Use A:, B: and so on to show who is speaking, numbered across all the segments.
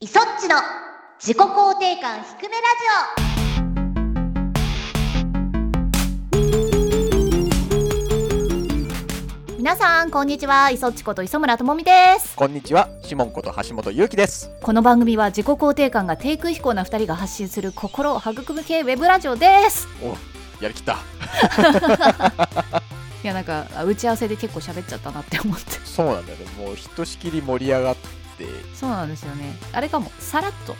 A: イソッチの自己肯定感低めラジオ皆さんこんにちはイソッチこと磯村智美です
B: こんにちは、シモンこと橋本ゆうきです。
A: この番組は自己肯定感が低空飛行な二人が発信する心を育む系ウェブラジオです
B: お、やりきった。
A: いやなんかあ打ち合わせで結構喋っちゃったなって思って
B: そうなんだよね。もうひとしきり盛り上がって、
A: そうなんですよねあれかもさらっ と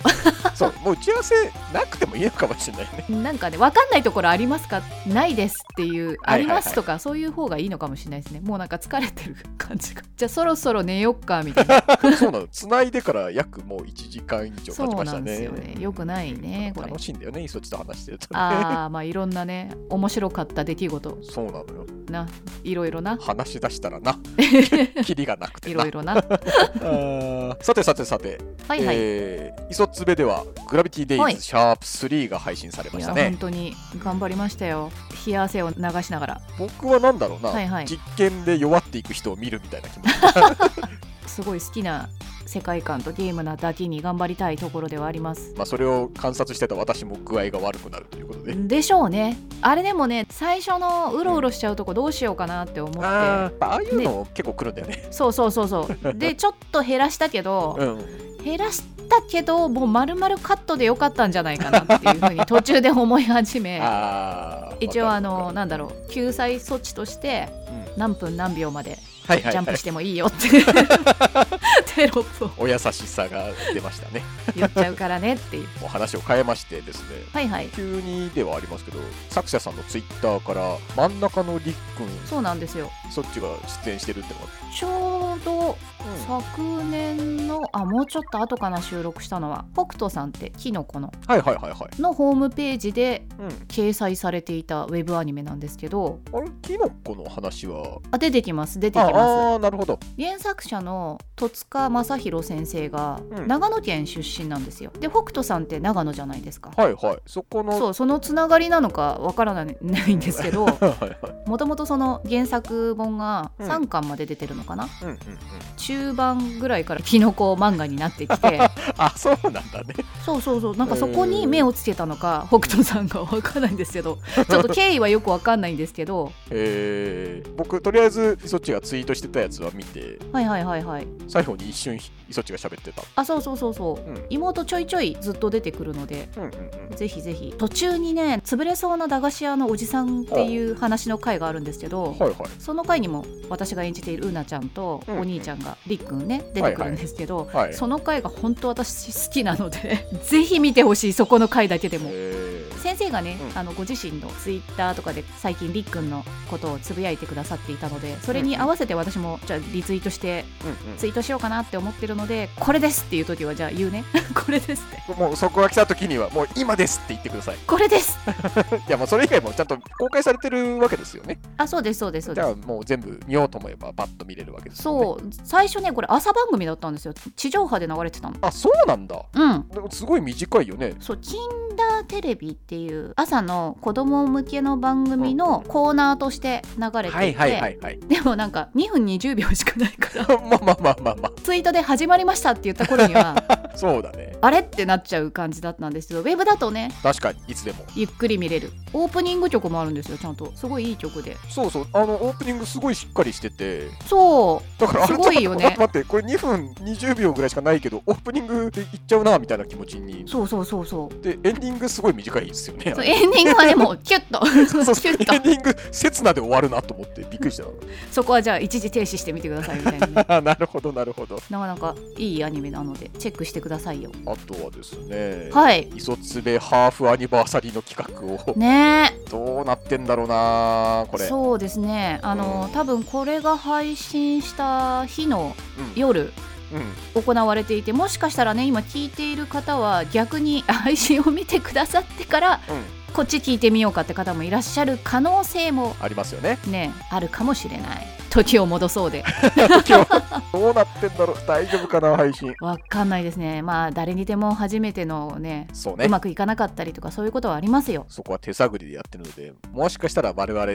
B: そう、もう打ち合わせなくてもいいのかもしれ ないね。
A: なんかね、わかんないところありますかないですっていう、
B: はいはいはい
A: ありますとか、そういう方がいいのかもしれないですね。もうなんか疲れてる感じが。 じゃあそろそろ寝よっか、みたい な。
B: そうなの。繋いでから約もう1時間以上
A: そ
B: 経ち
A: う
B: まし
A: な
B: た
A: ん
B: ね。
A: ですよね。よくないね、これ
B: 楽。しいんだよね、いそっちと話してるとね。
A: ああ、まあいろんなね、面白かった出来事、
B: そうなのよ。
A: な、いろいろ な、
B: 話し出したらな、キリがなくて
A: い
B: な
A: ろい。 ろな。は
B: あーさてさてさて、
A: いはい。
B: えー、イソツベではグラビティデイズ、
A: はい
B: シャープ3が配信されま
A: い
B: し
A: や
B: た
A: 本
B: ね。
A: 当に頑張りましたよ冷や汗を流しながら
B: 僕はなんだろうな、
A: はいはい
B: 実験で弱っていく人を見るみたいな気持ち。
A: すごい好きな世界観とゲームなだけに頑張りたいところではあります
B: まあ、それを観察してた私も具合が悪くなるということで。
A: でしょうねあれでもね最初のうろうろしちゃうとこどうしようかなって思って、
B: あーああいうの結構来るんだよね。
A: そうそうそうそう でちょっと減らしたけど
B: うん、
A: 減らしたけどもう丸々カットでよかったんじゃないかなっていうふうに途中で思い始め
B: あー
A: 一応あのなんだろ
B: う、
A: う救済措置として
B: うん
A: 何分何秒まで
B: はい
A: ジ
B: はい
A: ャン
B: は
A: プ
B: い
A: し。てもいいよって テロップを
B: お優しさが出ましたね。
A: 言っちゃうからねっていう
B: もう話を変えましてですね。
A: はいはい
B: 急にではありますけど、作者さんのツイッターから真ん中のりっくん、
A: そうなんですよ
B: そっちが出演してるってのが、
A: ちょうど昨年のあもうちょっと後かな収録したのは北斗さんってキノコの
B: はいはいはいはい。
A: のホームページで
B: うん、
A: 掲載されていたウェブアニメなんですけど
B: あれキノコの話は
A: あ出てきます出てき
B: あ
A: ます
B: あーなるほど。
A: 原作者の戸塚正宏先生が
B: うん
A: 長野県出身なんですよで北斗さんって長野じゃないですか、
B: はいはい。そこの。
A: そうそのつながりなのかわからないないんですけ ど
B: はいはい。
A: もともとその原作本が
B: うん
A: 3巻まで出てるのかな、
B: うんうんうん。
A: 中盤ぐらいからキノコ漫画になってきて
B: あそうなんだね。
A: そうそうそうなんかそこに目をつけたのか北斗さんがわからないんですけどちょっと経緯はよくわかんないんですけど
B: えー、僕とりあえずそっちがツイートしてたやつは見て
A: はいはいはいはい
B: 最後に一瞬そっちが喋ってた
A: あそうそうそうそう
B: うん
A: 妹ちょいちょいずっと出てくるので
B: うんうんうん
A: ぜひぜひ途中にね潰れそうな駄菓子屋のおじさんっていう話の回があるんですけど
B: はいはい
A: その回にも私が演じているうなちゃんと
B: うん
A: お兄ちゃんがりっくんね出てくるんですけど
B: はい
A: その回が本当私好きなので ぜひ見てほしいそこの回だけでも。
B: えー
A: 先生がね、
B: うん
A: あのご自身のツイッターとかで最近りっくんのことをつぶやいてくださっていたのでそれに合わせて私もじゃあリツイートして
B: うんうん
A: ツイートしようかなって思ってるのでこれですっていう時はじゃあ言うね これですって
B: もうそこが来た時にはもう今ですって言ってください。
A: これです
B: いやもうそれ以外もちゃんと公開されてるわけですよね。
A: あそうですそうですそう
B: じ
A: で
B: ゃ
A: す
B: あもう全部見ようと思えばパッと見れるわけですよね。う。
A: そう最初ねこれ朝番組だったんですよ地上波で流れてたの
B: あそうなんだ。
A: うん
B: でもすごい短いよね。
A: そうキンダーテレビっていう朝の子供向けの番組のコーナーとして流れていて、
B: はいはいはいはい。
A: でもなんか2分20秒しかないから
B: まあまあまあまあま
A: ツイートで始まりましたって言った頃には
B: あ。そうだね。
A: あれってなっちゃう感じだったんですけどウェブだとね
B: 確かにいつでも。
A: ゆっくり見れるオープニング曲もあるんですよちゃんとすごいいい曲で
B: そうそう。あのオープニングすごいしっかりしてて。
A: そ
B: だからあれ
A: すごいよね
B: ちょっと待って待ってこれ2分20秒ぐらいしかないけどオープニングでいっちゃうなみたいな気持ちに
A: うそうそうそうそう
B: でエンディングすごい短いですよね
A: そうエンディングはで もキュッと
B: そうそう
A: キュ
B: エン
A: ッ
B: デ
A: と
B: ィング刹那で終わるなと思ってびっくりした
A: そこはじゃあ一時停止してみてくださいみたいなね
B: なるほどなるほど
A: なかなかいいアニメなのでチェックしてくださいよ
B: あとはですね
A: はい
B: 磯つべハーフアニバーサリーの企画を
A: ね
B: どうなってんだろうなこ
A: え
B: れ
A: そうですねあの
B: うん
A: 多分これが配信した日の
B: うん
A: 夜
B: うん
A: 行われていて もしかしたらね今聞いている方は逆に配信を見てくださってから
B: う
A: こっち聞いてみようかって方もいらっしゃる可能性も
B: ありますよね
A: ねあるかもしれない時を戻そうで
B: 今日どうなってんだろう大丈夫かな配信
A: わかんないですねまあ誰にでも初めてのね
B: そう
A: う
B: ね
A: まくいかなかったりとかそういうことはありますよ
B: そこは手探りでやってるのでもしかしたら我々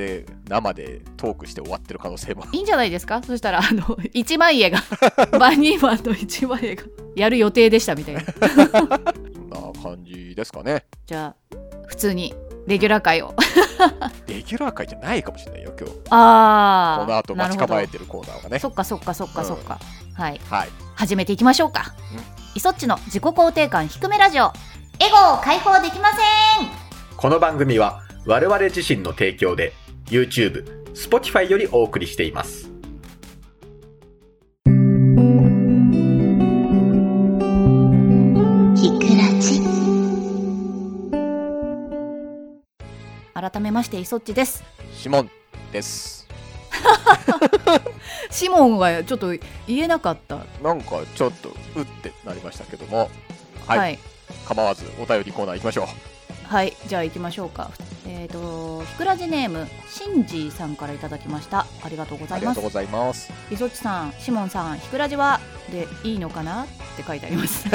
B: 生でトークして終わってる可能性も
A: いいんじゃないですかそしたらあの一枚 絵がバニーマンの一枚絵がやる予定でしたみたいな
B: そんな感じですかね
A: じゃあ普通にレギュラー会を
B: レギュラー会じゃないかもしれないよ今日こ
A: ああ
B: の後待ち構えてるコーナーがね
A: そっかそっかそっかそっか、はい
B: はい
A: 始めていきましょうか
B: うん
A: イソッチの自己肯定感低めラジオエゴを解放できません
C: この番組は我々自身の提供で YouTube、Spotify よりお送りしています。
D: ひくらち。
A: 改めましてイソッチです
B: 指紋です
A: シモンはちょっと言えなかったは
B: なんかちょっとうってなりましたけどもはい、
A: はい、
B: 構わずお便りコーナー行きましょう
A: はいじゃあ行きましょうかえっ、とひくらじネームシンジーさんからいただきましたありがとうござ
B: あ
A: い
B: り
A: ま
B: が
A: す
B: とうございます
A: イソッチさんシモンさんひくらじはでいいのかなって書いてあります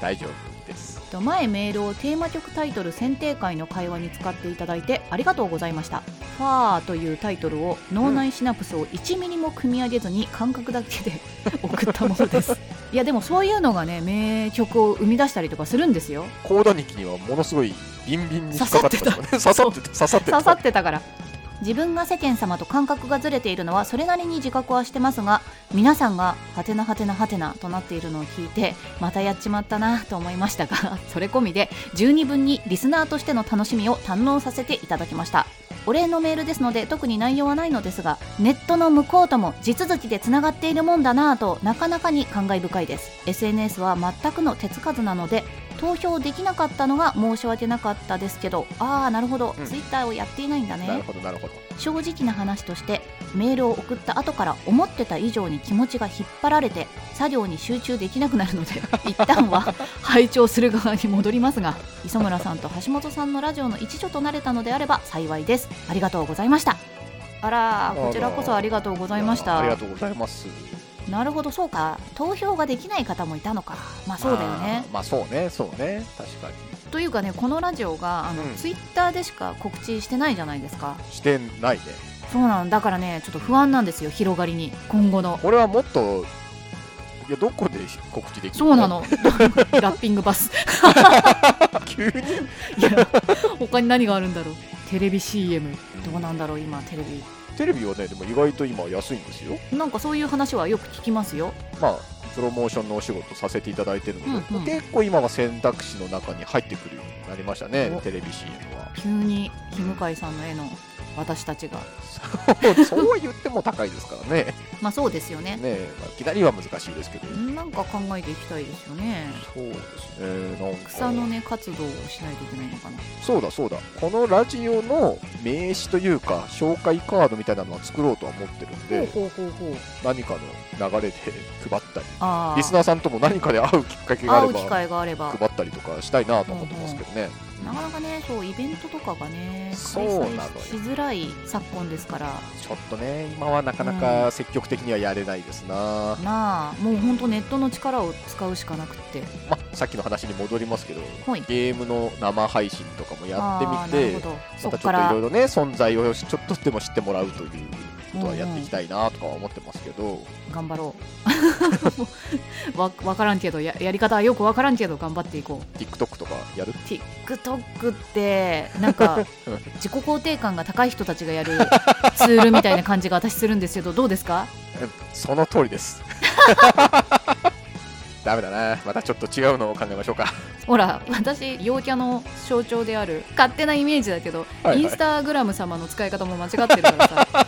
B: 大丈夫です
A: と前メールをテーマ曲タイトル選定会の会話に使っていただいてありがとうございました「ファー」というタイトルを脳内シナプスを1ミリも組み上げずに感覚だけで 送ったものですいやでもそういうのがね名曲を生み出したりとかするんですよ
B: コーダニキにはものすごいビンビンに引っかかってましたね刺さってた 刺さってた
A: 刺さってたから自分が世間様と感覚がずれているのはそれなりに自覚はしてますが皆さんが「はてなはてなはてな」となっているのを聞いてまたやっちまったなと思いましたがそれ込みで十二分にリスナーとしての楽しみを堪能させていただきましたお礼のメールですので特に内容はないのですがネットの向こうとも地続きでつながっているもんだなぁとなかなかに感慨深いです SNS は全くの手つかずなので投票できなかったのが申し訳なかったですけどああなるほど、
B: うん
A: ツイッターをやっていないんだ
B: なる
A: ね
B: ほどなるほど
A: 正直な話としてメールを送った後から思ってた以上に気持ちが引っ張られて作業に集中できなくなるので 一旦は拝聴する側に戻りますが磯村さんと橋本さんのラジオの一助となれたのであれば幸いですありがとうございましたあらこちらこそありがとうございまし
B: やありが
A: た
B: とうございます
A: なるほどそうか投票ができない方もいたのかまあそうだよね
B: まあまあそうねそうね確かに
A: というかねこのラジオがあの、
B: うん
A: ツイッターでしか告知してないじゃないですか
B: してないね
A: そうなんだからねちょっと不安なんですよ広がりに今後の
B: これはもっといやどこで告知できる
A: そうなの ラッピングバス
B: 急に
A: いや他に何があるんだろうテレビ CM どうなんだろう今テレビ
B: テレビはねでも意外と今安いんですよ
A: なんかそういう話はよく聞きますよ
B: まあプロモーションのお仕事させていただいてるので、
A: うんうん
B: 結構今は選択肢の中に入ってくるようになりましたね
A: お
B: テレビ CM は
A: 急に日向井さんの絵の私たちが
B: そうそうは言っても高いですからねね
A: まあそうですよね
B: え、まあ、いきなりは難しいですけど、
A: なんか考えていきたいですよね
B: そうですねなんか
A: 草の根活動をしないといけないのかな
B: そうだそうだこのラジオの名刺というか紹介カードみたいなのは作ろうとは思ってるんで、
A: ほうほうほうほう
B: 何かの流れで配ったり
A: ああ
B: リスナーさんとも何かで会うきっかけがあ
A: 会
B: れ
A: う機
B: ば
A: 会があれば
B: 配ったりとかしたいなと思ってますけどね、
A: なかなかねそうイベントとかがね
B: そ
A: 開
B: うなのよ
A: 催しづらい昨今ですから
B: ちょっとね今はなかなか積極的にはやれないですな、
A: まあもうほんとネットの力を使うしかなくって
B: まあ、さっきの話に戻りますけど
A: はい
B: ゲームの生配信とかもや
A: あ
B: っ
A: ー
B: て
A: な
B: み
A: る
B: て
A: ほどそ
B: また
A: っ
B: ちょ
A: か
B: っといろい
A: ら
B: ろね存在をちょっとでも知ってもらうということはやっていきたいなとかは思ってますけど、
A: 頑張ろう わ分からんけどややり方はよく分からんけど頑張っていこう
B: TikTok とかやる
A: TikTok ってなんか自己肯定感が高い人たちがやるツールみたいな感じが私するんですけどどうですか
B: その通りです ダメだなまたちょっと違うのを考えましょう か
A: ほら私陽キャの象徴である勝手なイメージだけど、
B: はいはい
A: インスタグラム様の使い方も間違ってるから さ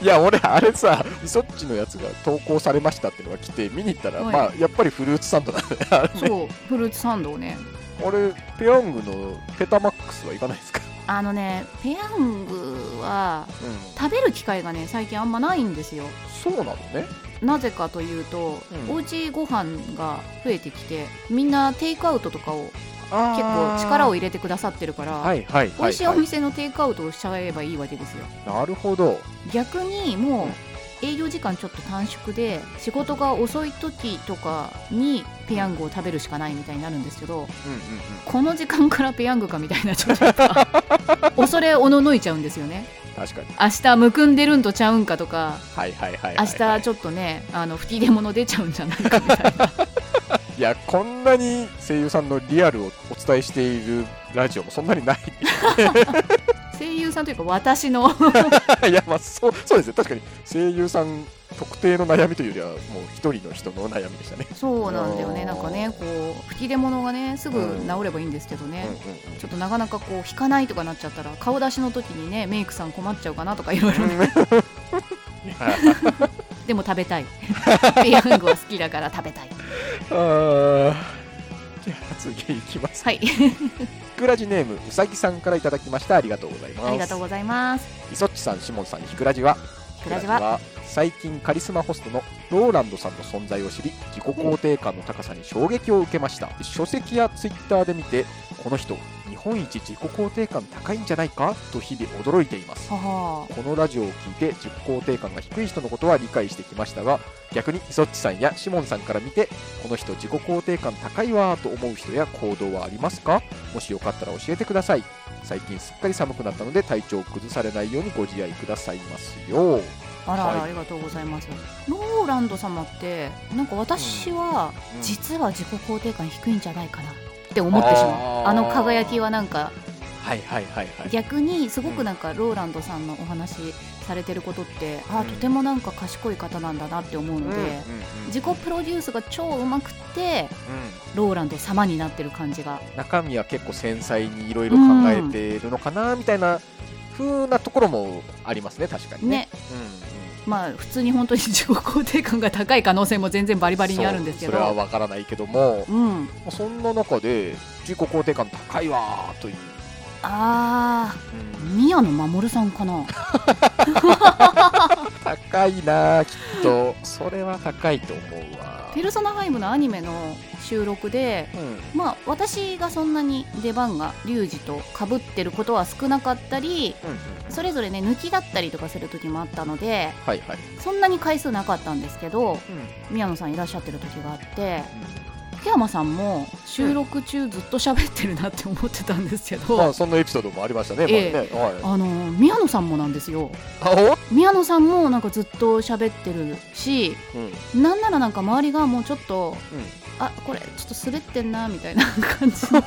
B: いや俺あれさそっちのやつが投稿されましたってのが来て見に行ったら、
A: はい
B: まあやっぱりフルーツサンドだねあれね
A: そうフルーツサンドをね
B: 俺ペヤングのペタマックスはいかないですか、
A: あのねペヤングは
B: うん、
A: 食べる機会がね最近あんまないんですよ
B: そうなのね
A: なぜかというと、
B: うん
A: おうちご飯が増えてきてみんなテイクアウトとかを結構力を入れてくださってるから、
B: はいはいはい、
A: 美
B: はい、
A: 味しいお店のテイクアウトをしちゃえばいいわけですよ
B: なるほど
A: 逆にもう営業時間ちょっと短縮で仕事が遅い時とかにペヤングを食べるしかないみたいになるんですけど
B: うんうんうん
A: この時間からペヤングかみたいなちょっ と恐れおののいちゃうんですよね
B: 確かに
A: 明日むくんでるんとちゃうんかとか
B: はいはいはいはい、
A: 明日ちょっとねあの吹き出物出ちゃうんじゃないかみたいな
B: いやこんなに声優さんのリアルをお伝えしているラジオもそんなにない
A: 声優さんというか私の
B: いやまあそうそうですね確かに声優さん特定の悩みというよりはもう一人の人の悩みでしたね、
A: そうなんだよねなんかねこう吹き出物がねすぐ治ればいいんですけどね、ちょっとなかなかこう引かないとかなっちゃったら顔出しの時にねメイクさん困っちゃうかなとかいろいろね
B: いや
A: でも食べたいペヤングは好きだから食べ たい
B: あーじゃあ次いきます
A: はい
B: ひくらじネームうさぎさんからいただきましたありがとうございます
A: ありがとうございます
B: いそっちさんしもんさんひくらじは
A: ひくらじは
B: 最近カリスマホストのローランドさんの存在を知り自己肯定感の高さに衝撃を受けました書籍やツイッターで見てこの人日本一自己肯定感高いんじゃないかと日々驚いています
A: はは
B: このラジオを聞いて自己肯定感が低い人のことは理解してきましたが逆にイソッチさんやシモンさんから見てこの人自己肯定感高いわーと思う人や行動はありますかもしよかったら教えてください最近すっかり寒くなったので体調を崩されないようにご自愛くださいますよ
A: あらあら
B: は
A: あ
B: い
A: りがとうございますローランド様ってなんか私は実は自己肯定感低いんじゃないかなって思ってしまう
B: あー
A: あの輝きはなんか
B: はいはいはいはい
A: 逆にすごくなんかローランドさんのお話しされてることってあ
B: う
A: ー
B: ん
A: とてもなんか賢い方なんだなって思うので、自己プロデュースが超うまくてローランド様になってる感じが
B: 中身は結構繊細にいろいろ考えてるのかなみたいな風なところもありますね確かにね
A: ねまあ普通に本当に自己肯定感が高い可能性も全然バリバリにあるんですけ
B: そうそれは
A: ど
B: わからないけども
A: うん
B: そんな中で自己肯定感高いわーという、
A: あー宮野真守さんかな
B: 高いなーき っとそれは高いと思うわ
A: ペルソナ5のアニメの収録で
B: うん
A: まあ私がそんなに出番がリュウジとかぶってることは少なかったりそれぞれね抜きだったりとかする時もあったので
B: はいはい、
A: そんなに回数なかったんですけど宮野さんいらっしゃってる時があって福山さんも収録中ずっと喋ってるなって思ってたんですけど、
B: まあそんなエピソードもありましたね,、
A: ええ
B: まあねはい、
A: あの宮野さんもなんですよ
B: あお
A: 宮野さんもなんかずっと喋ってるし
B: うんうん
A: なんならなんか周りがもうちょっとあこれちょっと滑ってんなみたいな感じの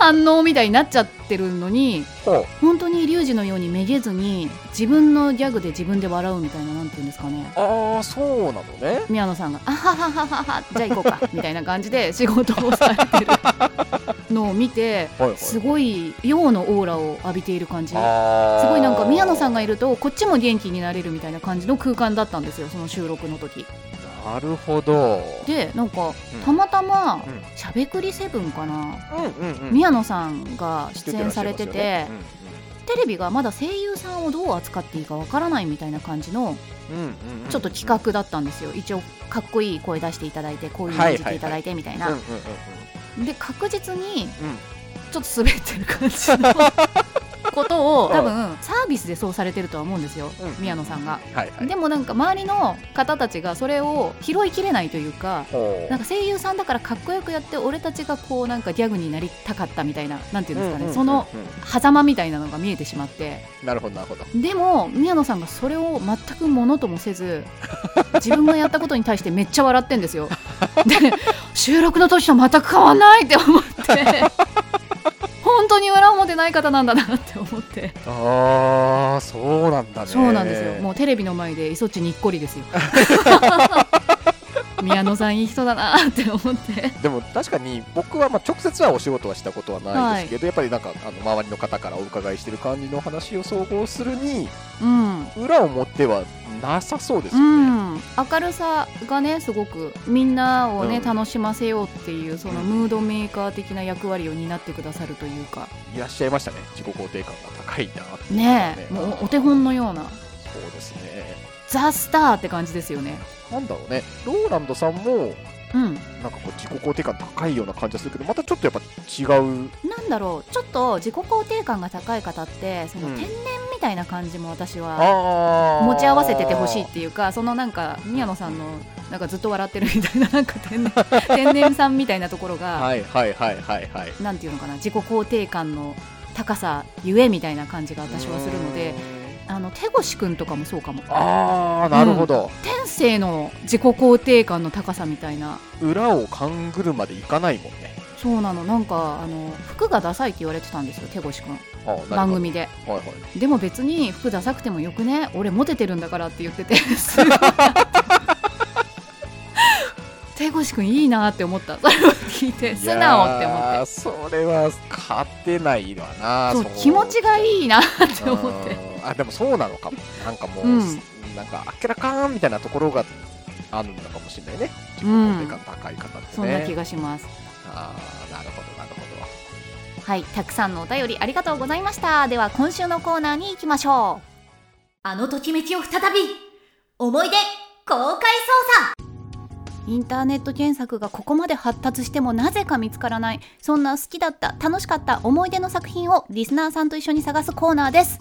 A: 反応みたいになっちゃってるのに
B: ほ
A: 本当にリュウジのようにめげずに自分のギャグで自分で笑うみたいななんて言うんですかね
B: うああそうなのね
A: 宮野さんが「あはははははじゃあ行こう か」みたいな感じで仕事をされてるのを見て
B: はいはい
A: すごい陽のオーラを浴びている感じ
B: あー
A: すごいなんか宮野さんがいるとこっちも元気になれるみたいな感じの空間だったんですよその収録の時
B: なるほど
A: でなんか
B: うん
A: たまたま
B: うん
A: 「しゃべくりセブン」かな
B: うんうん
A: 宮野さんが
B: 出
A: 出演されててテレビがまだ声優さんをどう扱っていいかわからないみたいな感じのちょっと企画だったんですよ一応かっこいい声出していただいてこういうの演じていただいてみたいなで確実にちょっと滑ってる感じの ことを多分サービスでそうされてるとは思うんですよ宮野さんが。
B: はいはい
A: でもなんか周りの方たちがそれを拾いきれないというか
B: ほう
A: なんか声優さんだからかっこよくやって俺たちがこうなんかギャグになりたかったみたいななんていうんですかね、その
B: うんうん
A: 狭間みたいなのが見えてしまって
B: うんなるほどなるほど
A: でも宮野さんがそれを全くものともせず自分がやったことに対してめっちゃ笑ってんですよ。で収録の時と全く変わんないって思って本当に裏表ない方なんだなって思って
B: ああそうなんだね
A: そうなんですよもうテレビの前でいそっちにっこりですよ宮野さんいい人だなって思って
B: でも確かに僕はまあ直接はお仕事はしたことはないですけど、やっぱりなんかあの周りの方からお伺いしてる感じの話を総合するに
A: うん
B: 裏表はなさそうです
A: う
B: よね、
A: ん、明るさがねすごくみんなをね、
B: うん
A: 楽しませようっていうそのムードメーカー的な役割を担ってくださるというか
B: いらっしゃいましたね自己肯定感が高いなって
A: ねえ
B: ね
A: もうお手本のような
B: そうですね
A: ザ・スターって感じですよね
B: なんだろうねローランドさんも
A: うん、
B: なんかこう自己肯定感高いような感じがするけどまたちょっとやっぱ違う
A: なんだろうちょっと自己肯定感が高い方ってその
B: うん
A: 天然みたいな感じも私は
B: あー
A: 持ち合わせててほしいっていうかそのなんか宮野さんのなんかずっと笑ってるみたいななんか天然天然さんみたいなところが、
B: はいはいはいはいはい
A: なんていうのかな自己肯定感の高さゆえみたいな感じが私はするので
B: う。ーん
A: あの手越くんとかもそうかも
B: ああなるほど、
A: 天性の自己肯定感の高さみたいな
B: 裏を勘ぐるまでいかないもんね
A: そうなのなんかあの服がダサいって言われてたんですよ手越くん
B: あーなるほど
A: 番組で
B: はいはい
A: でも別に服ダサくてもよくね俺モテてるんだからって言 っててすごい手越くんいいなって思ったそれを聞いて素直って思って
B: てそれは勝てないわな
A: そう気持ちが
B: い
A: いいなって
B: と
A: 思って
B: あでもそうなのかもなんかもう、
A: うん
B: なんかあっけらかーんみたいなところがあるのかもしれないね自己
A: うん
B: 肯定感高い方ってね、
A: そんな気がします
B: ああなるほどなるほど
A: はいたくさんのお便りありがとうございましたでは今週のコーナーに行きましょう
D: あのときめきを再び思い出公開
A: インターネット検索がここまで発達してもなぜか見つからないそんな好きだった楽しかった思い出の作品をリスナーさんと一緒に探すコーナーです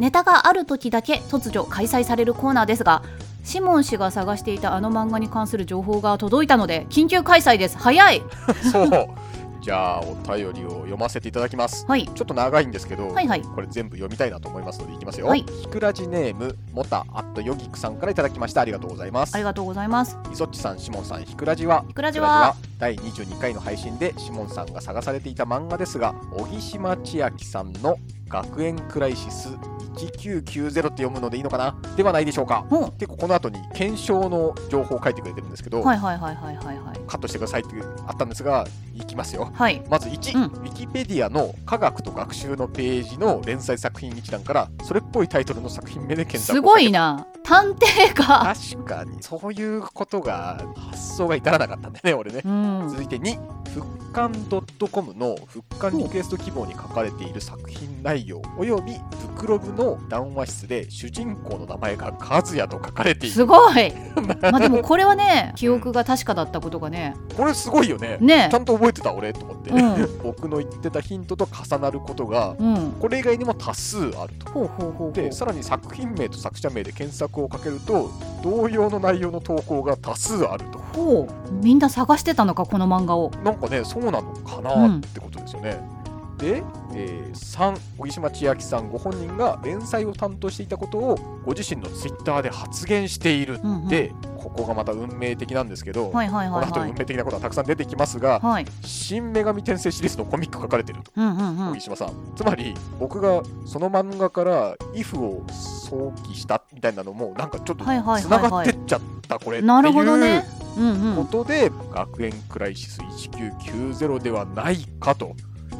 A: ネタがある時だけ突如開催されるコーナーですがシモン氏が探していたあの漫画に関する情報が届いたので緊急開催です早い
B: そう。じゃあお便りを読ませていただきます。
A: はい
B: ちょっと長いんですけど、
A: はいはい
B: これ全部読みたいなと思いますのでいきますよ。
A: はい
B: ひくらじネームもたあっとよぎくさんからいただきました。ありがとうございます
A: あり。がとうございます
B: いそっちさん、しもんさん、ひくらじは。
A: いくらじ
B: ひ
A: は
B: くらじは第22回の配信でしもんさんが探されていた漫画ですが小木島千秋さんの「学園クライシス1990」って読むのでいいのかなではないでしょうか
A: ほう
B: 結構この後に検証の情報を書いてくれてるんですけど、
A: はいはいはいはいはいはい
B: カットしてくださいってあったんですがいきますよ
A: はい
B: まず1、
A: うん
B: ウィキペディアの科学と学習のページの連載作品一覧からそれっぽいタイトルの作品名で検索
A: すごい
B: な
A: な探偵が
B: 確かにそういうことが発想が至らなかったんだよね俺ね
A: うん
B: 続いて2復刊 .com の復刊リクエスト希望に書かれている作品内容および袋部の談話室で主人公の名前がカズヤと書かれている
A: すごい まあでもこれはね記憶が確かだったことがね
B: これすごいよね
A: ね
B: ちゃんと覚えてた俺と思って、
A: う
B: 僕の言ってたヒントと重なることが
A: うん
B: これ以外にも多数あると
A: ほうほうほうほう
B: でさらに作品名と作者名で検索をかけると同様の内容の投稿が多数あると
A: ほうみんな探してたのかこの漫画を
B: なんかねそうなのか
A: う
B: なんってことですよね、で、え3小木島千秋さんご本人が連載を担当していたことをご自身のツイッターで発言している
A: うんうん
B: で、ここがまた運命的なんですけど、
A: はいはい
B: こ
A: はい
B: の後
A: は
B: 運
A: い
B: 命的なことはたくさん出てきますが
A: はい
B: 「新女神転生」シリーズのコミック書かれてると。
A: うんうんう
B: 小
A: ん
B: 木島さんつまり僕がその漫画から「if」を想起したみたいなのもなんかちょっとつ
A: はいはいはいはい
B: ながってっちゃったこれって
A: なるほど
B: い
A: ね
B: う
A: うんう
B: こ
A: ん
B: とで「学園クライシス1990」ではないかと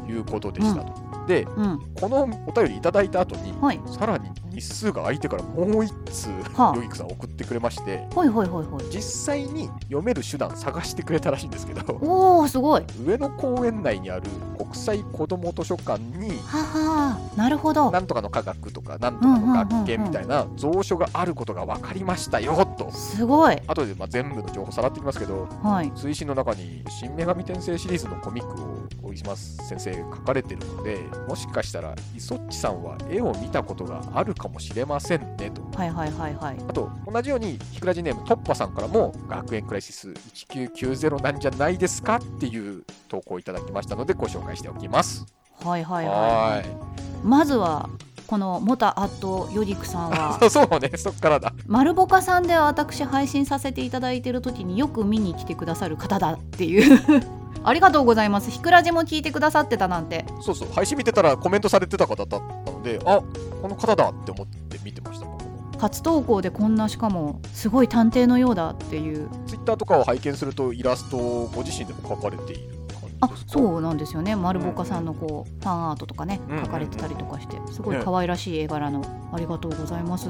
B: いうことでしたと。で
A: うん
B: このお便りいただいた後に、
A: はい
B: さらに日数が空いてからもう一通
A: はあ
B: ヨギクさん送ってくれまして
A: ほいほいほいほい
B: 実際に読める手段探してくれたらしいんですけど
A: おおすごい
B: 上野公園内にある国際子ども図書館に
A: ははなるほど
B: なんとかの科学とかなんとかの学研みたいな蔵書があることが分かりましたよと
A: すごい
B: 後でまあ全部の情報さらっていきますけど
A: はい
B: 推進の中に「新女神転生」シリーズのコミックを小島先生書かれてるのでもしかしたら磯っちさんは絵を見たことがあるかもしれませんねと。
A: はいはいはいはい
B: あと同じようにひくらじネームトッパさんからも「学園クライシス1990なんじゃないですか?」っていう投稿をいただきましたのでご紹介しておきます。
A: はいはい
B: は
A: は
B: ーい
A: いまずはこのモタアットヨギクさん は
B: そうそうねそっからだ。
A: 丸ボカさんで私配信させていただいてる時によく見に来てくださる方だっていう ありがとうございますひくらじも聞いてくださってたなんて
B: そうそう、配信見てたらコメントされてた方だったので、あこの方だって思って見てました、僕も。
A: 初投稿でこんなしかもすごい探偵のようだっていう
B: ツイッターとかを拝見すると、イラストをご自身でも描かれている感
A: あ
B: じですか
A: そうなんですよね丸ボカさんのこうファンアートとかね
B: うんうんうん
A: 書かれてたりとかしてすごい可愛らしい絵柄のありがとうございます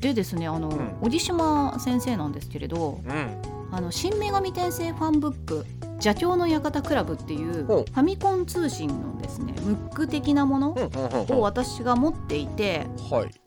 A: でですねあの
B: ん
A: 小木島先生なんですけれど
B: うん。
A: あの新女神転生ファンブック邪教の館クラブっていうフ
B: ほう
A: ァミコン通信のですねムック的なもの
B: うんうんうん
A: を
B: は
A: 私が持っていて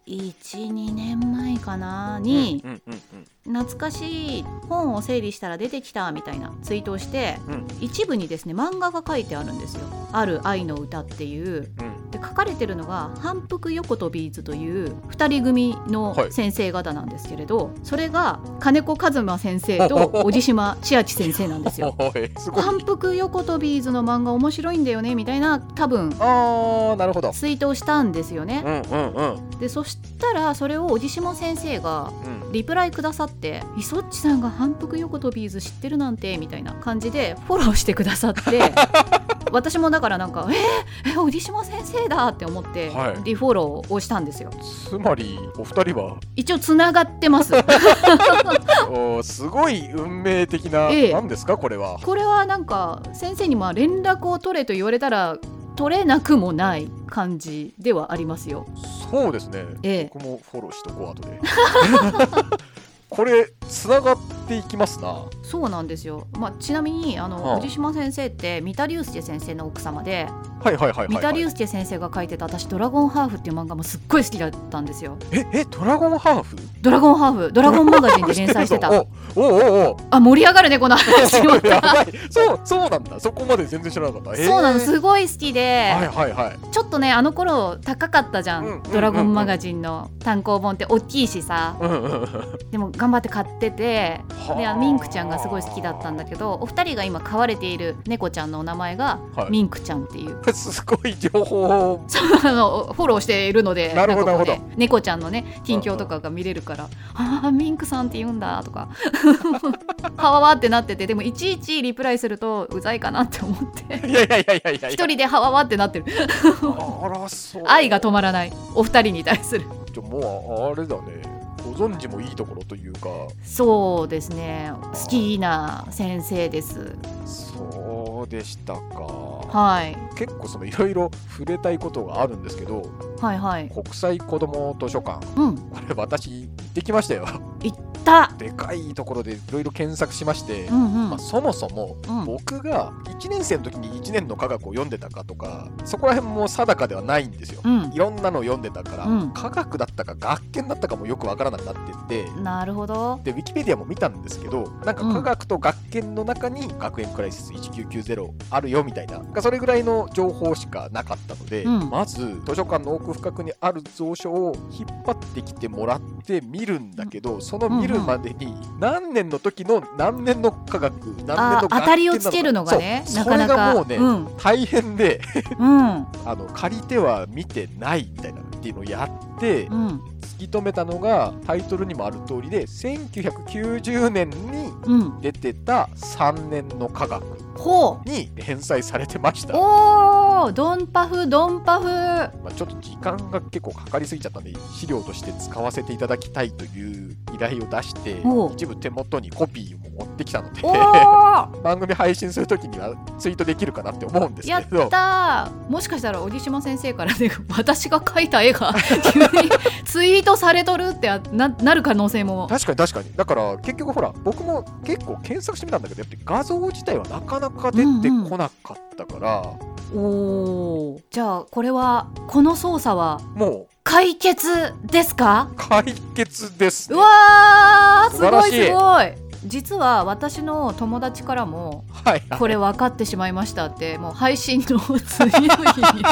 B: い
A: 12年前かなに
B: うんうんうん
A: 懐かしい本を整理したら出てきたみたいなツイートをして
B: うん
A: 一部にですね漫画が書いてあるんですよ「ある愛の歌」っていう
B: うん
A: で書かれてるのが反復横跳びーズという2人組の
B: はい
A: 先生方なんですけれど、それが金子一馬先生 と小島千秋先生なんですよ。
B: はいすごい
A: 反復横跳びーズの漫画面白いんだよねみたいな多分
B: ああなるほど
A: ツイートをしたんですよ
B: う
A: ね。
B: んうんうん
A: でそしたらそれを小島先生が
B: うん
A: リプライくださって「磯っちさんが反復横跳びーズ知ってるなんて」みたいな感じでフォローしてくださって 私もだからなんか「えー、え小島先生だ!」って思って
B: はい
A: リフォローをしたんですよ。
B: つまりお二人 は
A: 一応つながって ます。
B: おーすごい運命的な
A: ええ
B: 何ですかこれは
A: これはなんか先生にまあ連絡を取れと言われたら取れなくもない感じではありますよ。
B: そうですね
A: ええ
B: 僕もフォローしとこう後で これつながっていきますな
A: そうなんですよ、まあ、ちなみにあの、
B: はあ
A: 藤島先生って三田龍介先生の奥様で、
B: はいはいはいはい、
A: 三田
B: はい
A: 龍介先生が書いてた私「ドラゴンハーフ」っていう漫画もすっごい好きだったんですよ。
B: ええドラゴンハーフ
A: ドラゴンハーフドラゴンマガジンで連載してた
B: おおおおお
A: あ盛り上がるねこ の話
B: やばいそうそうなんだそこまで全然知らなかった
A: そうなの
B: す
A: すごい好きで、
B: はいはいはい
A: ちょっとねあの頃高かったじゃん,、
B: うんうんうんうん
A: ドラゴンマガジンの単行本って大きいしさ
B: うんうんうん
A: でも頑張って買っててで
B: はあ
A: ミンクちゃんがすごい好きだったんだけどお二人が今飼われている猫ちゃんのお名前が
B: はい
A: ミンクちゃんっていう、
B: すごい情報を
A: そうあのフォローしているので
B: なるほど
A: んかこう
B: なる
A: ね、猫ちゃんのね近況とかが見れるから「ああミンクさんって言うんだ」とか 「はわわ」ってなっててでもいちいちリプライするとうざいかなって思って。
B: いやいやいやいやいや
A: 一人ではわわってなってる
B: あらそう
A: 愛が止まらないお二人に対する
B: じゃあもうあれだねご存知もいいところというか
A: そうですね好きな先生です
B: そうでしたか
A: はい
B: 結構そのいろいろ触れたいことがあるんですけど
A: はいはい
B: 国際子ども図書館
A: うん
B: これ私行ってきましたよ
A: 行った
B: でかいところでいろいろ検索しまして、
A: うんう
B: ま
A: ん
B: あ、そもそも
A: うん
B: 僕が1年生の時に1年の科学を読んでたかとかそこら辺も定かではないんですよ
A: うん
B: いろんなのを読んでたから、
A: うん
B: 科学だったか学研だったかもよくわからなくなってって
A: なるほど
B: でウィキペディアも見たんですけどなんか科学と学研の中に学園クライシス1990あるよみたいながそれぐらいの情報しかなかったので、
A: うん
B: まず図書館の奥深くにある蔵書を引っ張ってきてもらって見るんだけどその見るまでに何年の時の何年の科学何年の
A: あ
B: 学研なの
A: 当
B: か
A: たりをつけるのがね
B: そ
A: な
B: う
A: かなか
B: それがもうね、
A: うん
B: 大変で
A: うん
B: あの借りては見てないみたいなっていうのをやって、
A: うん
B: 突き止めたのがタイトルにもある通りで1990年に
A: うん
B: 出てた「3年の科学
A: ほ」う
B: に連載されてました、ま
A: おードンパフドンパフ
B: あ、ちょっと時間が結構かかりすぎちゃったんで資料として使わせていただきたいという依頼を出して
A: おう
B: 一部手元にコピーを持ってきたので
A: おー
B: 番組配信するときにはツイートできるかなって思うんです
A: や
B: け
A: っ
B: ど
A: たーもしかしたら荻島先生からね私が描いた絵が 急にツイートされとるってななる可能性も
B: 確かに確かにだから結局ほら僕も結構検索してみたんだけどやっぱり画像自体はなかなか出てこなかったから、
A: おーじゃあこれはこの操作は
B: もう
A: 解決ですか
B: 解決です、
A: う
B: ね。
A: わーす
B: 素晴ら
A: ご
B: し
A: い
B: い
A: すごい実は私の友達からも
B: はい。
A: これ分かってしまいましたってもう配信の次の日 に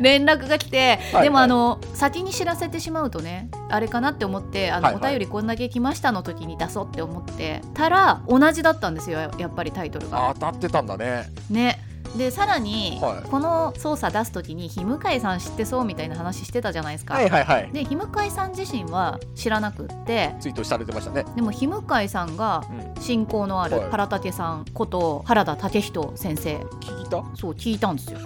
A: 連絡が来て、
B: はい
A: でも
B: はい
A: あの先に知らせてしまうとねあれかなって思ってあの、
B: はいはい
A: お便りこんだけ来ました」の時に出そうって思ってたら同じだったんですよやっぱりタイトルが。
B: あ当たってたんだね。
A: ねでさらに、
B: はい
A: この操作出す時に日向井さん知ってそうみたいな話してたじゃないですか。
B: はいはいはい。
A: で日向井さん自身は知らなくって
B: ツイートされてましたね。
A: でも日向井さんが
B: うん。
A: 親交のある
B: はい
A: 原武さんこと原田武人先生
B: 聞いた。
A: そう聞いたんですよ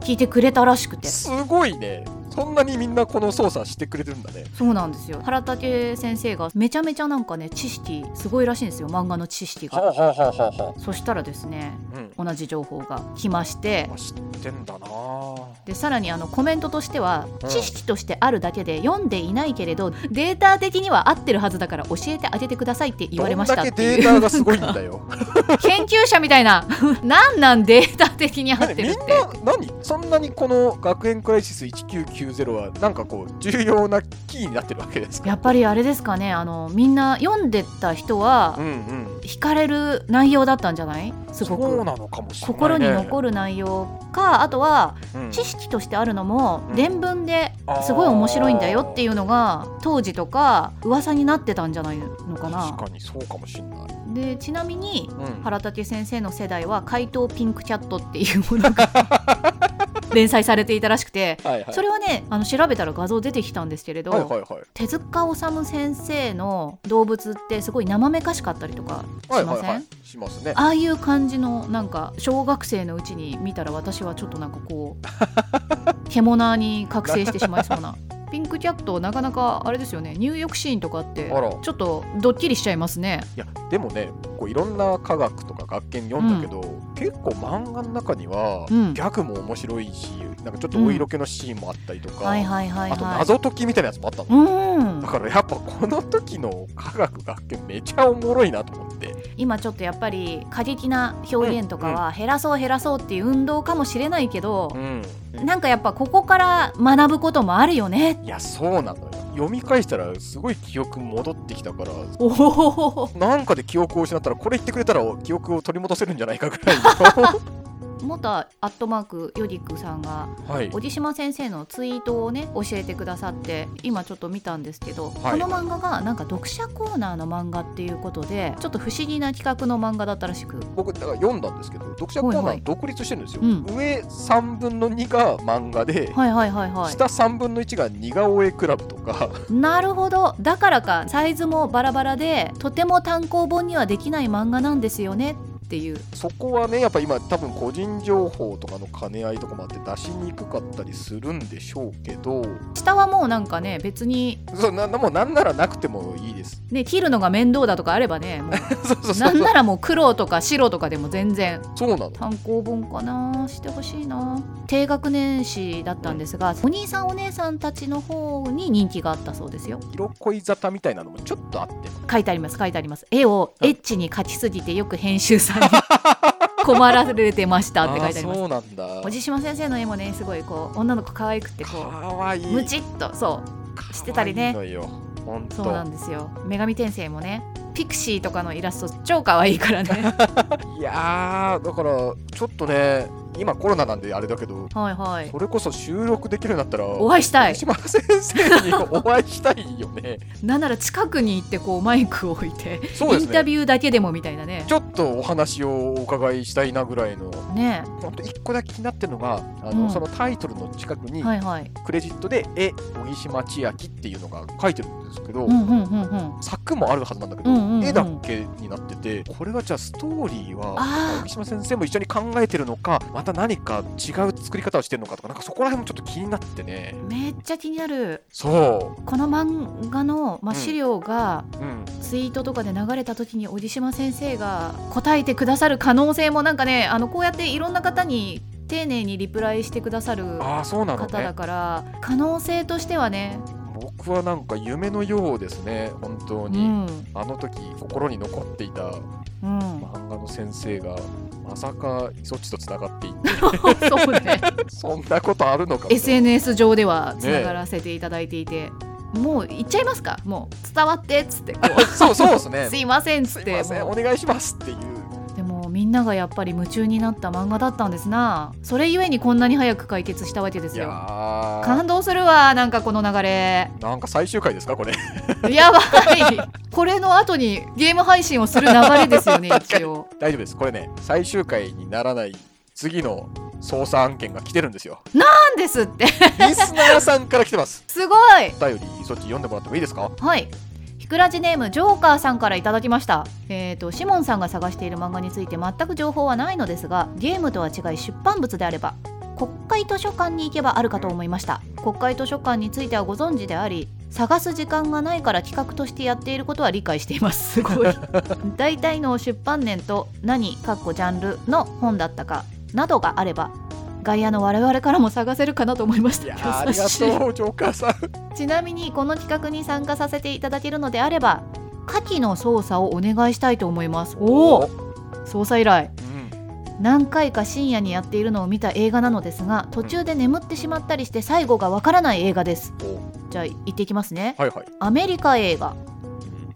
A: 聞いてくれたらしくて
B: すごいね。そんなにみんなこの操作してくれてるんだね
A: そうなんですよ原武先生がめちゃめちゃなんかね知識すごいらしいんですよ漫画の知識
B: はあ、
A: が
B: はあはあはあは
A: そしたらですね
B: あ、うん
A: 同じ情報が来まして
B: あ知ってんだなあ
A: でさらにあのコメントとしては
B: うん
A: 知識としてあるだけで読んでいないけれどデータ的には合ってるはずだから教えてあげてくださいって言われました
B: ど
A: っ
B: んだ
A: て
B: け
A: いう
B: データがすごいんだよ
A: 研究者みたいな なんなんデータ的に合って
B: みん
A: る
B: な
A: って
B: 何そんなにこの学園クライシス1990はなんかこう重要なキーになってるわけですか
A: やっぱりあれですかねあのみんな読んでた人は
B: うんうん
A: 惹かれる内容だったんじゃないすご
B: そう
A: く。
B: なのかもしれない、
A: 心
B: ね、
A: に残る内容かあとは
B: うん
A: 知識としてあるのも
B: うん
A: 伝聞ですごい面白いんだよっていうのが当時とか噂になってたんじゃないのかな
B: 確かにそうかもしれない、
A: でちなみに
B: うん
A: 原武先生の世代は怪盗ピンクキャットっていうも のが連載されていたらしくて
B: はいはい
A: それはねあの調べたら画像出てきたんですけれど、
B: はいはいはい
A: 手塚治虫先生の動物ってすごい生めかしかったりとかしません、
B: はいはいはいしますね
A: ああいう感じのなんか小学生のうちに見たら私はちょっとなんかこう 獣に覚醒してしまいそう な。ピンクキャットなかなかあれですよね入浴シーンとかって
B: あら
A: ちょっとドッキリしちゃいますね
B: いやでもねこういろんな科学とか学研読んだけど、結構漫画の中には、
A: うん
B: ギャグも面白いしなんかちょっとお色気のシーンもあったりとか、
A: はいはいはい
B: あと
A: はい
B: 謎解きみたいなやつもあったの、
A: うん
B: だからやっぱこの時の科学学研めちゃおもろいなと思って
A: 今ちょっとやっぱり過激な表現とかは減らそう減らそうっていう運動かもしれないけど、
B: ん
A: なんかやっぱここから学ぶこともあるよね
B: いやそうなのよ読み返したらすごい記憶戻ってきたから
A: おお
B: なんかで記憶を失ったらこれ言ってくれたら記憶を取り戻せるんじゃないかぐらいの
A: 元アットマークヨディックさんが
B: はい
A: 小木島先生のツイートをね教えてくださって今ちょっと見たんですけど、
B: はい
A: この漫画がなんか読者コーナーの漫画っていうことでちょっと不思議な企画の漫画だったらしく
B: 僕だから読んだんですけど読者コー
A: は
B: ナ
A: いはい
B: ー独立してるんですよ、
A: うん
B: 上3分の2が漫画で、
A: はいはいはいは
B: 下3分の1が似顔絵クラブとか
A: いなるほどだからかサイズもバラバラでとても単行本にはできない漫画なんですよねっていう
B: そこはねやっぱ今多分個人情報とかの兼ね合いとかもあって出しにくかったりするんでしょうけど
A: 下はもうなんかね別に
B: そうなもうなんならなくてもいいです
A: ね切るのが面倒だとかあればね もう
B: そうそうそう
A: なん
B: そう
A: ならもう黒とか白とかでも全然
B: そうなの
A: 単行本かなしてほしいな低学年誌だったんですがお兄さんお姉さんたちの方に人気があったそうですよ
B: 色恋沙汰みたいなのもちょっとあって
A: 書いてあります書いてあります絵をエッチに描きすぎてよく編集 さんに困られてましたって書いてあり
B: ー
A: ます
B: そうなんだ
A: 小島先生の絵もねすごいこう女の子可愛くて
B: か
A: こ
B: わいうい
A: ムチッとそうしてたりね
B: かわいいのよほんと
A: そうなんですよ女神転生もねピクシーとかのイラスト超可愛いから ね
B: いやーだからちょっとね今コロナなんであれだけど
A: はいはい
B: それこそ収録できるようになったら
A: お会いしたい
B: 小島先生にお会いしたいよね
A: なんなら近くに行ってこうマイクを置いて、
B: そうで
A: イ
B: す
A: ンタ
B: ね
A: ビューだけでもみたいなね
B: ちょっとお話をお伺いしたいなぐらいの
A: ね
B: ほんと1個だけ気になってるのがあの、
A: うん
B: そのタイトルの近くに
A: はいはい
B: クレジットで「え小木島千秋」っていうのが書いてるんですけど、
A: うんうんうんうん
B: 作もあるはずなんだけど、
A: うんうんうん
B: 絵だけになっててこれはじゃあストーリーは
A: あー
B: 小木島先生も一緒に考えてるのかまた何か違う作り方をしてるのかとかなんかそこら辺もちょっと気になってね
A: めっちゃ気になる
B: そ
A: この漫画の、まあ、
B: うん
A: 資料が
B: う、うん、
A: ツイートとかで流れた時に小木島先生が答えてくださる可能性もなんかねあのこうやっていろんな方に丁寧にリプライしてくださる
B: ああそうなの
A: 方だ
B: ね
A: から、可能性としてはね、
B: 僕はなんか夢のようですね本当
A: う
B: に、
A: ん
B: あの時心に残っていた
A: うん、
B: 漫画の先生がまさかそっちとつながっていて
A: そうね
B: そんなことあるのかみたいな
A: SNS 上ではつながらせていただいていて、もう行っちゃいますかもう伝わってっつってこう
B: そうそうですね
A: すいませんっつ
B: す
A: っ
B: い
A: て
B: ません
A: もう
B: お願いしますっていう
A: でもみんながやっぱり夢中になった漫画だったんですなそれゆえにこんなに早く解決したわけで
B: い
A: す
B: や
A: よ
B: ー
A: 感動するわなんかこの流れ
B: なんか最終回ですかこれ
A: やばいこれの後にゲーム配信をする流れです よね一応
B: 大丈夫ですこれね最終回にならない次の捜査案件が来てるんで すよ
A: なんですって
B: リスナーさんから来てます
A: すごい
B: お便りそっち読んでもらってもいいですか
A: はいひくらじネームジョーカーさんからいただきましたえー、とシモンさんが探している漫画について全く情報はないのですがゲームとは違い出版物であれば国会図書館に行けばあるかと思いました国会図書館についてはご存知であり探す時間がないから企画としてやっていることは理解してい ますすごい大体の出版年と何かっこジャンルの本だったかなどがあれば外野の我々からも探せるかなと思いまし
B: い
A: た
B: やーあ
A: 優
B: りが
A: しい
B: とうジョーカーさん
A: ちなみにこの企画に参加させていただけるのであれば下記の操作をお願いしたいと思います おお操作依頼
B: うん
A: 何回か深夜にやっているのを見た映画なのですが途中で眠ってしまったりして最後がわからない映画です
B: お
A: じゃあ行ってきますね
B: はいはい
A: アメリカ映画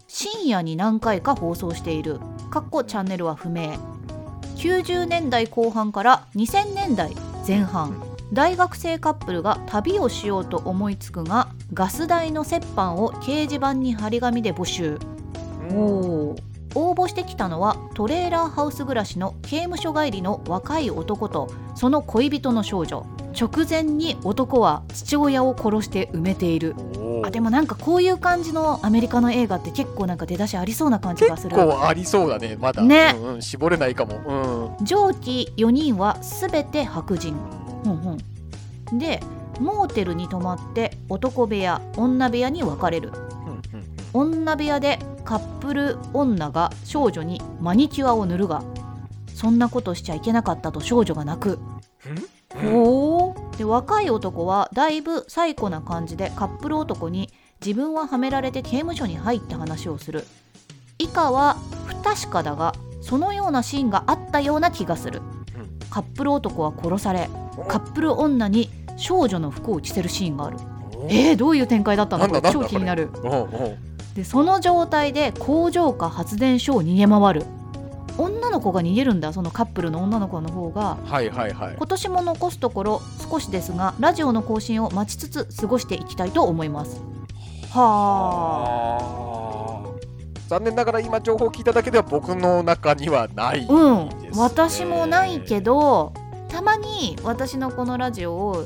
A: 深夜に何回か放送しているかっこチャンネルは不明90年代後半から2000年代前半大学生カップルが旅をしようと思いつくがガス代の折半を掲示板に張り紙で募集応募してきたのはトレーラーハウス暮らしの刑務所帰りの若い男とその恋人の少女直前に男は父親を殺して埋めている
B: おー
A: あでもなんかこういう感じのアメリカの映画って結構なんか出だしありそうな感じがす
B: 結
A: る
B: 構ありそうだねまだ
A: ね
B: うんうん、絞れないかも
A: 上記4人は全て白人
B: う
A: ほんほんでモーテルに泊まって男部屋女部屋に分かれる
B: んうんうん
A: 女部屋でカップル女が少女にマニキュアを塗るがそんなことしちゃいけなかったと少女が泣く
B: うん
A: ほうで若い男はだいぶサイコな感じでカップル男に自分ははめられて刑務所に入った話をする以下は不確かだがそのようなシーンがあったような気がする
B: うん
A: カップル男は殺されカップル女に少女の服を着せるシーンがあるえー、どういう展開だったの
B: なん
A: こ
B: だ
A: れ超
B: なんだ
A: 気になる
B: うんうん
A: でその状態で工場か発電所を逃げ回る女の子が逃げるんだそのカップルの女の子の方が
B: はいはいはい
A: 今年も残すところ少しですがラジオの更新を待ちつつ過ごしていきたいと思いますはあ
B: 残念ながら今情報を聞いただけでは僕の中にはない、
A: うん
B: ですね
A: 私もないけどたまに私のこのラジオを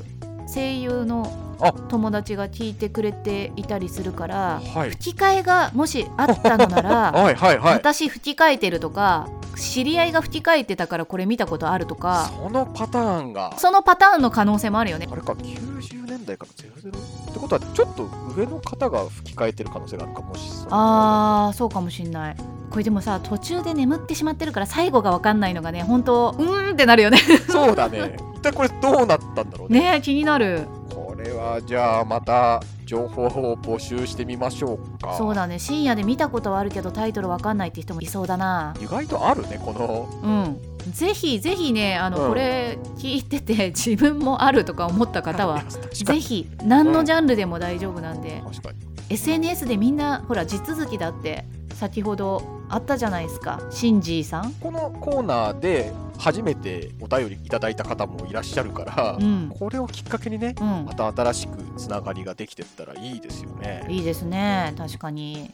A: 声優の
B: あ
A: 友達が聞いてくれていたりするから
B: はい
A: 吹き替えがもしあったのな ら
B: はいはいはい
A: 私吹き替えてるとか知り合いが吹き替えてたからこれ見たことあるとか
B: そのパターンが
A: そのパターンの可能性もあるよね
B: あれか90年代から00ってことはちょっと上の方が吹き替えてる可能性があるかもしれない
A: あーそうかもしんないこれでもさ途中で眠ってしまってるから最後が分かんないのがね本当うーんってなるよ ね
B: そうだね一体これどうなったんだろうね
A: ねえ気になる
B: これはじゃあまた情報を募集してみましょうか
A: そうだね深夜で見たことはあるけどタイトル分かんないって人もいそうだな
B: 意外とあるねこの
A: うんぜひぜひねあの、
B: うん
A: これ聞いてて自分もあるとか思った方 はぜ
B: ぜ
A: ひ何のジャンルでも大丈夫なんで、
B: 確かに
A: SNS でみんなほら地続きだって先ほどあったじゃないですかシンジーさん、
B: このコーナーで初めてお便りいただいた方もいらっしゃるから、
A: うん
B: これをきっかけにね
A: うん
B: ま、た新しくつながりができてったらいいですよね。
A: いいですね確かに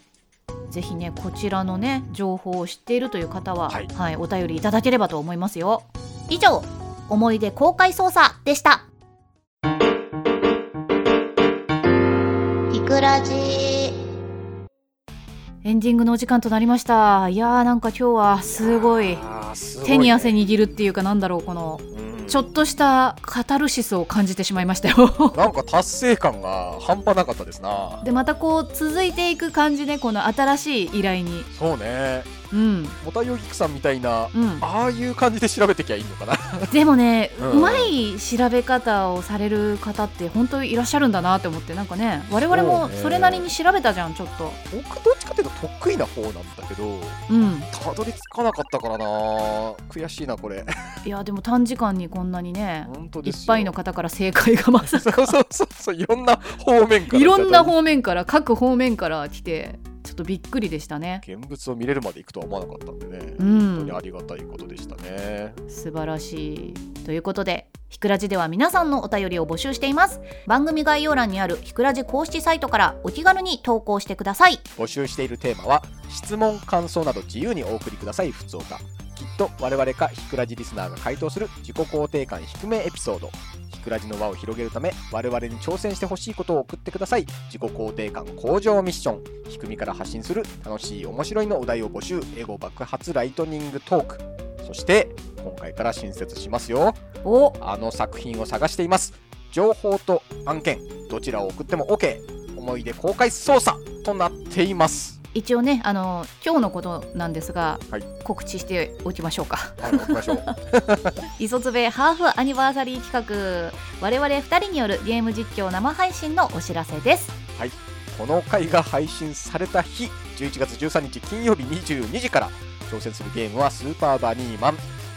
A: ぜひねこちらのね情報を知っているという方は、は
B: はいい
A: お便りいただければと思いますよ以上思い出公開捜査でした
D: ひくらじ
A: エンディングのお時間となりましたいやーなんか今日はすごい
B: あーすごい
A: 手
B: ね
A: に汗握るっていうかなんだろうこの
B: うん
A: ちょっとしたカタルシスを感じてしまいましたよ
B: なんか達成感が半端なかったですな。
A: でまたこう続いていく感じねこの新しい依頼に
B: そうね。
A: うん
B: もたよぎくさんみたいな、
A: うん
B: ああいう感じで調べてきゃいいのかな。
A: でもね、う
B: うん
A: まい調べ方をされる方って本当にいらっしゃるんだなって思ってなんかね我々も
B: そうね
A: それなりに調べたじゃんちょっと
B: 僕どっちかっていうと得意な方なんだけど、
A: うん
B: たどり着かなかったからな。悔しいなこれ。
A: いやでも短時間にこんなにね
B: 本当
A: い
B: で
A: っ
B: すよ。
A: ぱいの方から正解が まさ
B: そ
A: か
B: うそうそうそういろんな方面から。
A: いろんな方面から各方面から来てちょっとびっくりでしたね
B: 現物を見れるまで行くとは思わなかったんでね。
A: う
B: 本当に
A: ん
B: ありがたいことでしたね。
A: 素晴らしいということでひくらじでは皆さんのお便りを募集しています番組概要欄にあるひくらじ公式サイトからお気軽に投稿してください
B: 募集しているテーマは質問感想など自由にお送りくださいふつおたきっと我々かひくらじリスナーが回答する自己肯定感低めエピソードひくらじの輪を広げるため我々に挑戦してほしいことを送ってください自己肯定感向上ミッションひくみから発信する楽しい面白いのお題を募集エゴ爆発ライトニングトークそして今回から新設しますよ
A: お
B: あの作品を探しています情報と案件どちらを送っても OK 思い出公開捜査となっています
A: 一応ねあの今日のことなんですが、
B: はい
A: 告知しておきましょうか
B: はい行きましょう
A: 磯津部ハーフアニバーサリー企画我々2人によるゲーム実況生配信のお知らせです
B: この回が配信された日11月13日金曜日22時から挑戦するゲームはスーパーバニーマン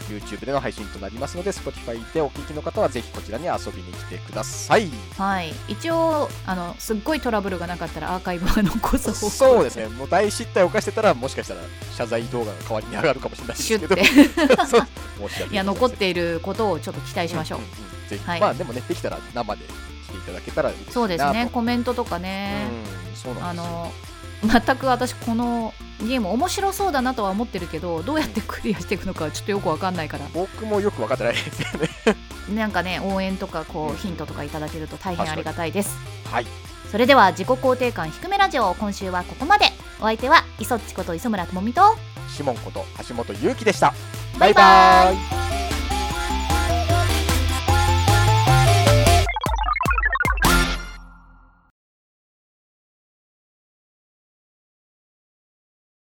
B: YouTube での配信となりますので Spotify でお聞きの方はぜひこちらに遊びに来てください
A: はい一応あのすっごいトラブルがなかったらアーカイブは残す方
B: そうですねもう大失態を犯してたらもしかしたら謝罪動画の代わりに上がるかもしれないです
A: シュ
B: け
A: ッ
B: ど
A: て
B: そう申し訳ござませ ん
A: いや残っていることをちょっと期待しましょう、
B: んんんぜひ
A: はい
B: まあでもねできたら生で来ていただけたら嬉しいなと
A: そうですねコメントとか
B: う
A: ね、
B: んそうな
A: あ
B: んですよ
A: の全く私このゲーム面白そうだなとは思ってるけどどうやってクリアしていくのかちょっとよくわかんないから
B: 僕もよく分かってないですよね
A: なんかね応援とかこ
B: うん
A: うヒントとかいただけると大変ありがたいです
B: はい
A: それでは自己肯定感低めラジオ今週はここまでお相手は磯っちこと磯村智美と
B: シモンこと橋本勇樹でした
A: バイバーイ
B: イ